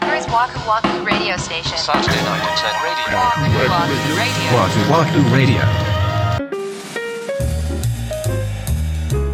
Waku Waku Radio Station. Saturday night at 10 radio. Waku Waku Radio. Wahoo Wahoo Radio.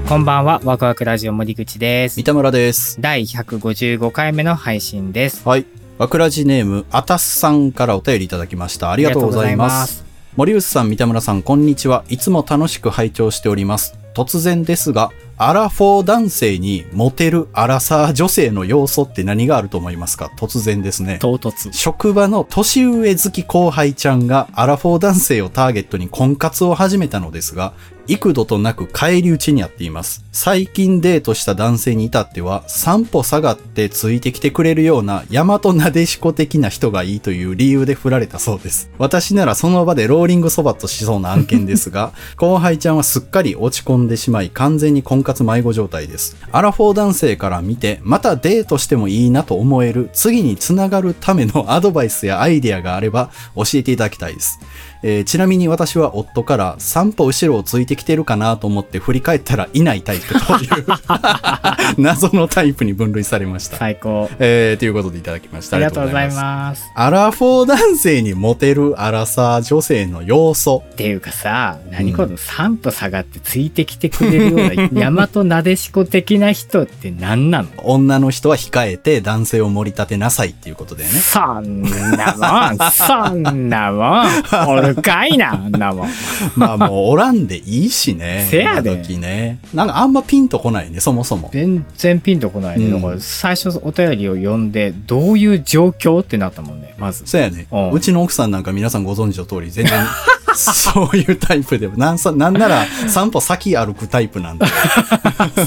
こんばんは、ワクワクラジオ森口です三。田村です。第155回目の配信です。はい。わくらじネーム、あたすさんからお便りいただきました。ありがとうございます。森内さん、三田村さん、こんにちは。いつも楽しく拝聴しております。突然ですが、アラフォー男性にモテるアラサー女性の要素って何があると思いますか突然ですね。唐突。職場の年上好き後輩ちゃんがアラフォー男性をターゲットに婚活を始めたのですが、幾度となく返り討ちにやっています。最近デートした男性に至っては、三歩下がってついてきてくれるような、大和なでしこ的な人がいいという理由で振られたそうです。私ならその場でローリングそばとしそうな案件ですが、 後輩ちゃんはすっかり落ち込んでしまい、完全に婚活迷子状態です。アラフォー男性から見て、またデートしてもいいなと思える、次につながるためのアドバイスやアイデアがあれば教えていただきたいです。えーちなみに私は夫から3歩後ろをついてきてるかなと思って振り返ったらいないタイプという 謎のタイプに分類されました。最高。えーということでいただきました。ありがとうございす。ます。アラフォー男性にモテるアラサー女性の要素。っていうかさ、何この3歩下がってついてきてくれるよう な、大和なでしこ的な人って何なの女の人は控えて男性を盛り立てなさいっていうことだよね。そんな もん、そんなもん、おるかいな、あんなもん。まあもうおらんでいいしね。 せやで今時ね。なんかあんまピンとこないね、そもそも。全然ピンとこないね。うんだから最初お便りを読んで、どういう状況ってなったもんね、ま ず。そうやね、ううんちの奥さんなんか皆さんご存知の通り、全然そういうタイプでも、なんさなんなら散歩先歩くタイプなんだよ。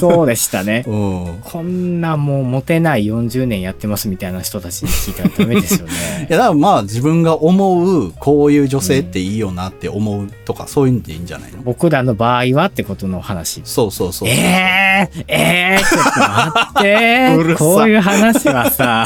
そうでしたね。うん。こんなもうモテない40年やってますみたいな人たちに聞いたらダメですよいね。 やだからまあ自分が思う、こういう女性っていいよなって思うとか、そういうんでいいんじゃないの僕らの場合はってことの話。そうそうそう。えー、えー、ちょっと待って うるさこういう話は さ、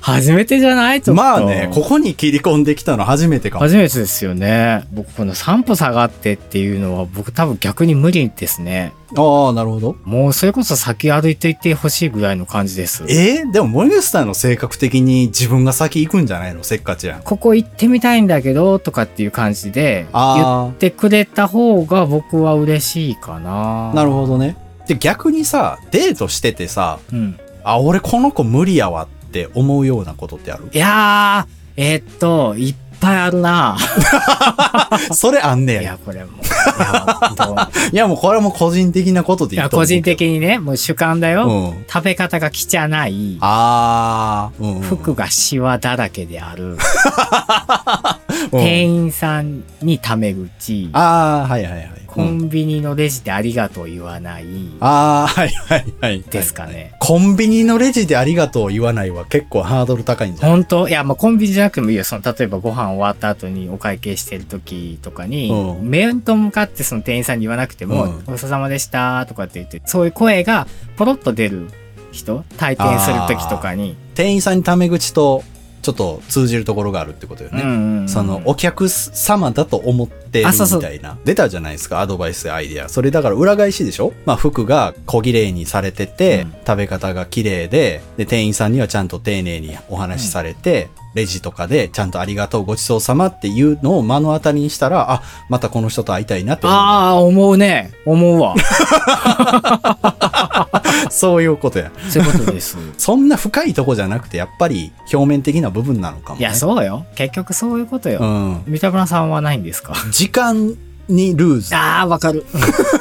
初めてじゃないちょっと。まあね、ここに切り込んできたの初めてかも。初めてですよね。僕この3歩下がってっていうのは僕多分逆に無理ですね。ああ、なるほど。もうそれこそ先歩いていってほしいぐらいの感じです。えーでも森口さんの性格的に自分が先行くんじゃないのせっかちやん。ここ行ってみたいんだけどとかっていう感じで言あーってくれた方が僕は嬉しいかな。なるほどね。で、逆にさ、デートしててさ、うん、あ、俺この子無理やわって思うようなことってあるいやーえーっといっぱいあるな。それあんねいや。いややこれもう。いやどうもうこれはもう個人的なこと でいいいやと思個うけ人ど。的にねもう主観だうよ。ん。食べ方が汚い。あー。うんうん、服がシワだらけである。店員。員さんにタメ口。あー、はいはいはい。コうんンビニのレジでありがとう言わない。あー、はいはいはい。ですかね。コンビニのレジでありがとう言わないは結構ハードル高いんじゃない本当いや、まあ、コンビニじゃなくてもいいよ。その、例えばご飯終わった後にお会計してる時とかに、うん面と向かってその店員さんに言わなくても、うんごちそうさまでしたとかって言って、そういう声がポロッと出る人、体験する時とかに。店員さんにタメ口とちょっと通じるところがあるってことよね。うんうんそのお客様だと思ってるあそうそうみたいな出たじゃないですかアドバイスやアイデアそれだから裏返しでしょ、まあ、服が小綺麗にされてて、うん食べ方が綺麗でで店員さんにはちゃんと丁寧にお話しされて、レジとかでちゃんとありがとうごちそうさまっていうのを目の当たりにしたらあまたこの人と会いたいなって思あうあ、思うね。思 うわ。そういうことやそういうことです。そんな深いとこじゃなくてやっぱり表面的な部分なのかも、ね、いや、そうよ。結局そういうことよ。うん、三田村さんはないんです か時間にルーズああ、わかる。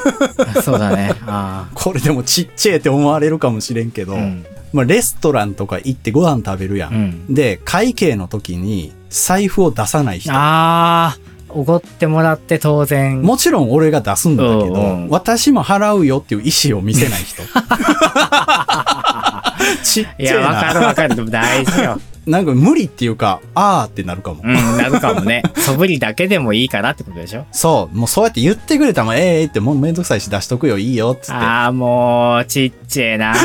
そうだね。あこれでもちっちゃいって思われるかもしれんけど、あ。うん。まあ、レストランとか行ってご飯食べるや。うんん。で、会計の時に財布を出さない人。ああ、おごってもらって当然。もちろん俺が出すんだけうど、んうん私も払うよっていう意思を見せない 人。ちっいちや、ゃいわかな。るわかる。でも大事 よ。なんか無理っていうか、あーってなるかも。うん、なるかもね。素振りだけでもいいかなってことでしょそう、もうそうやって言ってくれたらもうええってもうめんどくさいし出しとくよ、いいよっつって。ああ、もう、ちっちゃいな。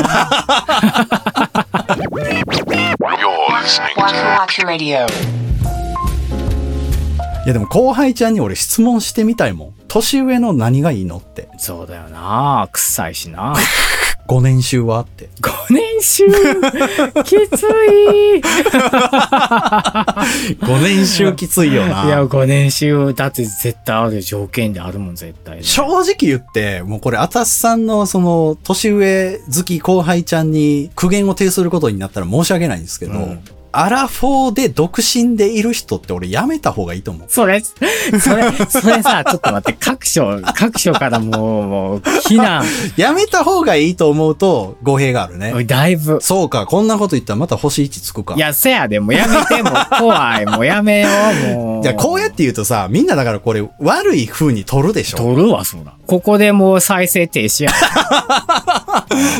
You're listening Waku to Waku Radio. いやでも後輩ちゃんに俺質問してみたいもん。年上の何がいいのって。そうだよな。臭いしな。 5年収はって。 5年 収きつい5年収きついよいや、な。 5年収、だって絶対ある条件であるもん、絶対。正直言って、もうこれ、あたしさんの、その、年上好き後輩ちゃんに苦言を呈することになったら申し訳ないんですけど、うんアラフォーで独身でいる人って俺やめた方がいいと思う。それ、それ、それさ、 ちょっと待って、各所、各所からもう、もう、避難、 やめた方がいいと思うと語弊があるね。だいぶ。そうか、こんなこと言ったらまた星1つくか。いや、せやで、もうやめて、もう怖い、もうやめよう、もう。じゃあこうやって言うとさ、みんなだからこれ悪い風に取るでしょ取るわ、そうだ。ここでもう再生停 止や。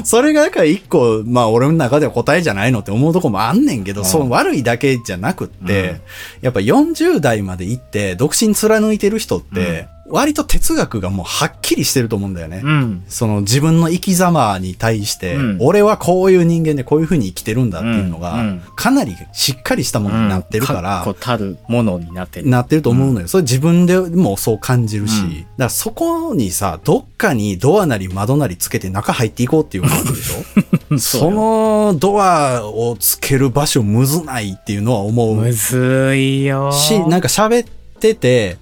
それがだから一個、まあ俺の中では答えじゃないのって思うとこもあんねんけど、うんその悪いだけじゃなくって、うんやっぱ40代まで行って、独身貫いてる人って、割と哲学がもうはっきりしてると思うんだよね。うん。その自分の生き様に対して、うん俺はこういう人間でこういう風に生きてるんだっていうのが、うんうんかなりしっかりしたものになってるから、こたるものになってる。なってると思うのよ。それ自分でもそう感じるし。うんだからそこにさ、どっかにドアなり窓なりつけて中入っていこうっていう感じでし ょそうよそのドアをつける場所むずないっていうのは思むうずいよ。し、なんか喋ってて、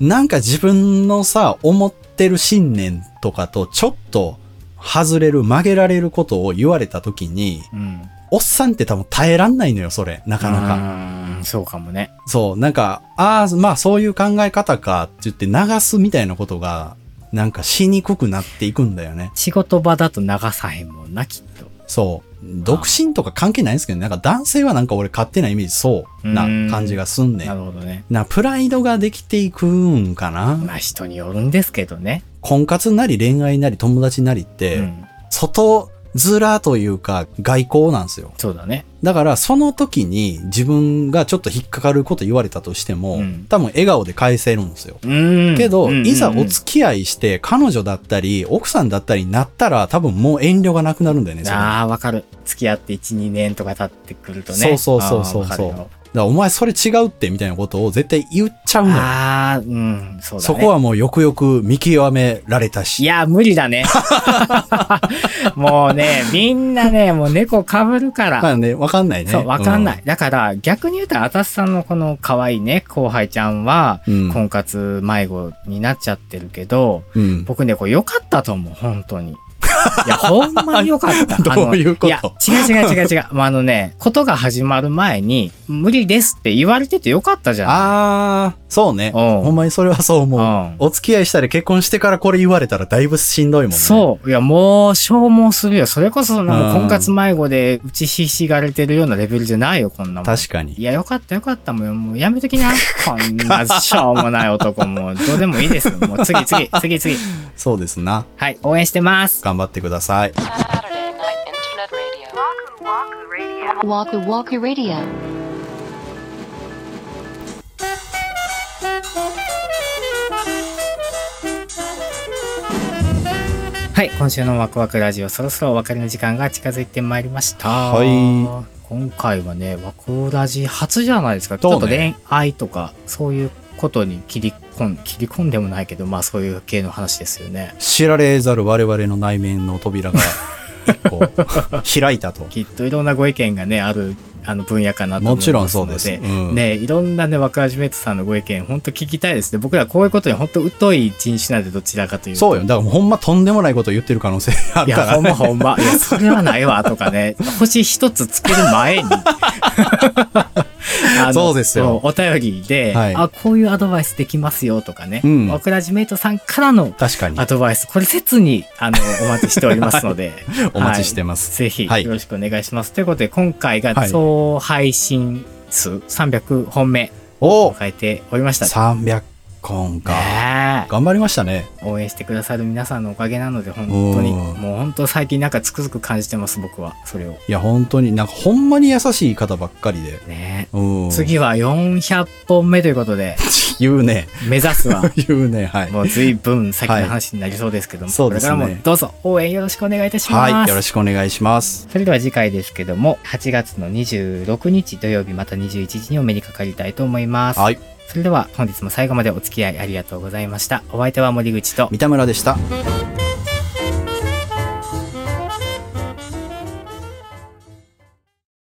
なんか自分のさ、思ってる信念とかとちょっと外れる、曲げられることを言われた時に、うん。おっさんって多分耐えらんないのよ、それ。なかなか。うんそうかもね。そう、なんか、ああ、まあそういう考え方かって言って流すみたいなことが、なんかしにくくなっていくんだよね。仕事場だと流さへんもんな、きっと。そう。独身とか関係ないんですけど、なんか男性はなんか俺勝手なイメージそうなうん感じがすんねなるん。ほどね。な、プライドができていくんかなまあ人によるんですけどね。婚活なり恋愛なり友達なりって、うん。外面というか外交なんですよ。そうだね。だからその時に自分がちょっと引っかかること言われたとしても、うん多分笑顔で返せるんですよ。うん。けど、うんうんうんいざお付き合いして、彼女だったり、奥さんだったりになったら、多分もう遠慮がなくなるんだよね、それだかああ、わかる。付き合って1、2年とか経ってくるとね。そうそうそうそうあーわかるよらお前それ違うって、みたいなことを絶対言っちゃうのよ。ああ、うん、そうだね。そこはもうよくよく見極められたいし。や、無理 だね。もうね、みんなね、もう猫被るから。まあね、わかんないね。そう、わかんない。う。だから、逆に言うと、あたしさんのこの可愛いね、後輩ちゃんは、うん婚活迷子になっちゃってるけど、うん。僕ね、これ良かったと思う、本当に。いや、ほんまに良かった。あの どういうことや、違う違う違う違う。まあ、あのね、ことが始まる前に、無理ですって言われてて良かったじゃん。あー、そうね。うんほんまにそれはそう思うう。ん。お付き合いしたり結婚してからこれ言われたらだいぶしんどいもんね。そう。いや、もう消耗するよ。それこそ、なんうかん婚活迷子で打ちひしがれてるようなレベルじゃないよ、こんなもん。確かに。いや、よかったよかった。もう、もうやめときな。こんなしょうもない男も、どうでもいいです。もう次次、次次。そうですな。はい、応援してます。頑張ってください。 Saturday night internet radio. Waku Waku Radio. はい、今週のワクワクラジオ、そろそろお別れの時間が近づいてまいりました。は今回はね、ワクラジ初じゃないですか。ちそうょねっと恋愛とか、そういうことに切り込ん、切り込んでもないけど、まあそういう系の話ですよね。知られざる我々の内面の扉が、こ う、開いたと。きっといろんなご意見がね、ある、あの分野かなと思いますので。もちろんそうですうんね、いろんなね、若林メットさんのご意見、本当聞きたいですね。僕らこういうことに本当疎い人種なんで、どちらかというと。そうよ。だからもうほんまとんでもないこと言ってる可能性あいるかや、らほんまね。ほんま。いや、それはないわ、とかね。星一つつける前 に。あのそうですよお便りで、はいあ、こういうアドバイスできますよ、とかね。うんワクラジメイトさんからの確かに。ア。ドバイス、これ切に、あの、お待ちしておりますので お待ちしてますはいぜひ、はいよろしくお願いします。ということで、今回がはい総配信数300本目おを迎えておりました。 300本か。ねえ頑張りましたね。応援してくださる皆さんのおかげなので、本当に、うんもう本当最近なんかつくづく感じてます、僕は、それを。いや、本当に、なんかほんまに優しい方ばっかりで。ねえうん。次は400本目ということで、言うね。 目指すは、言うね。はい。もう随分先の話になりそうですけども、はいそうこでれすかねらもどうぞ応援よろしくお願いいたします。はい。よろしくお願いします。それでは次回ですけども、8月の26日土曜日また21時にお目にかかりたいと思います。はい。それでは本日も最後までお付き合いありがとうございました。お相手は森口と三田村でした。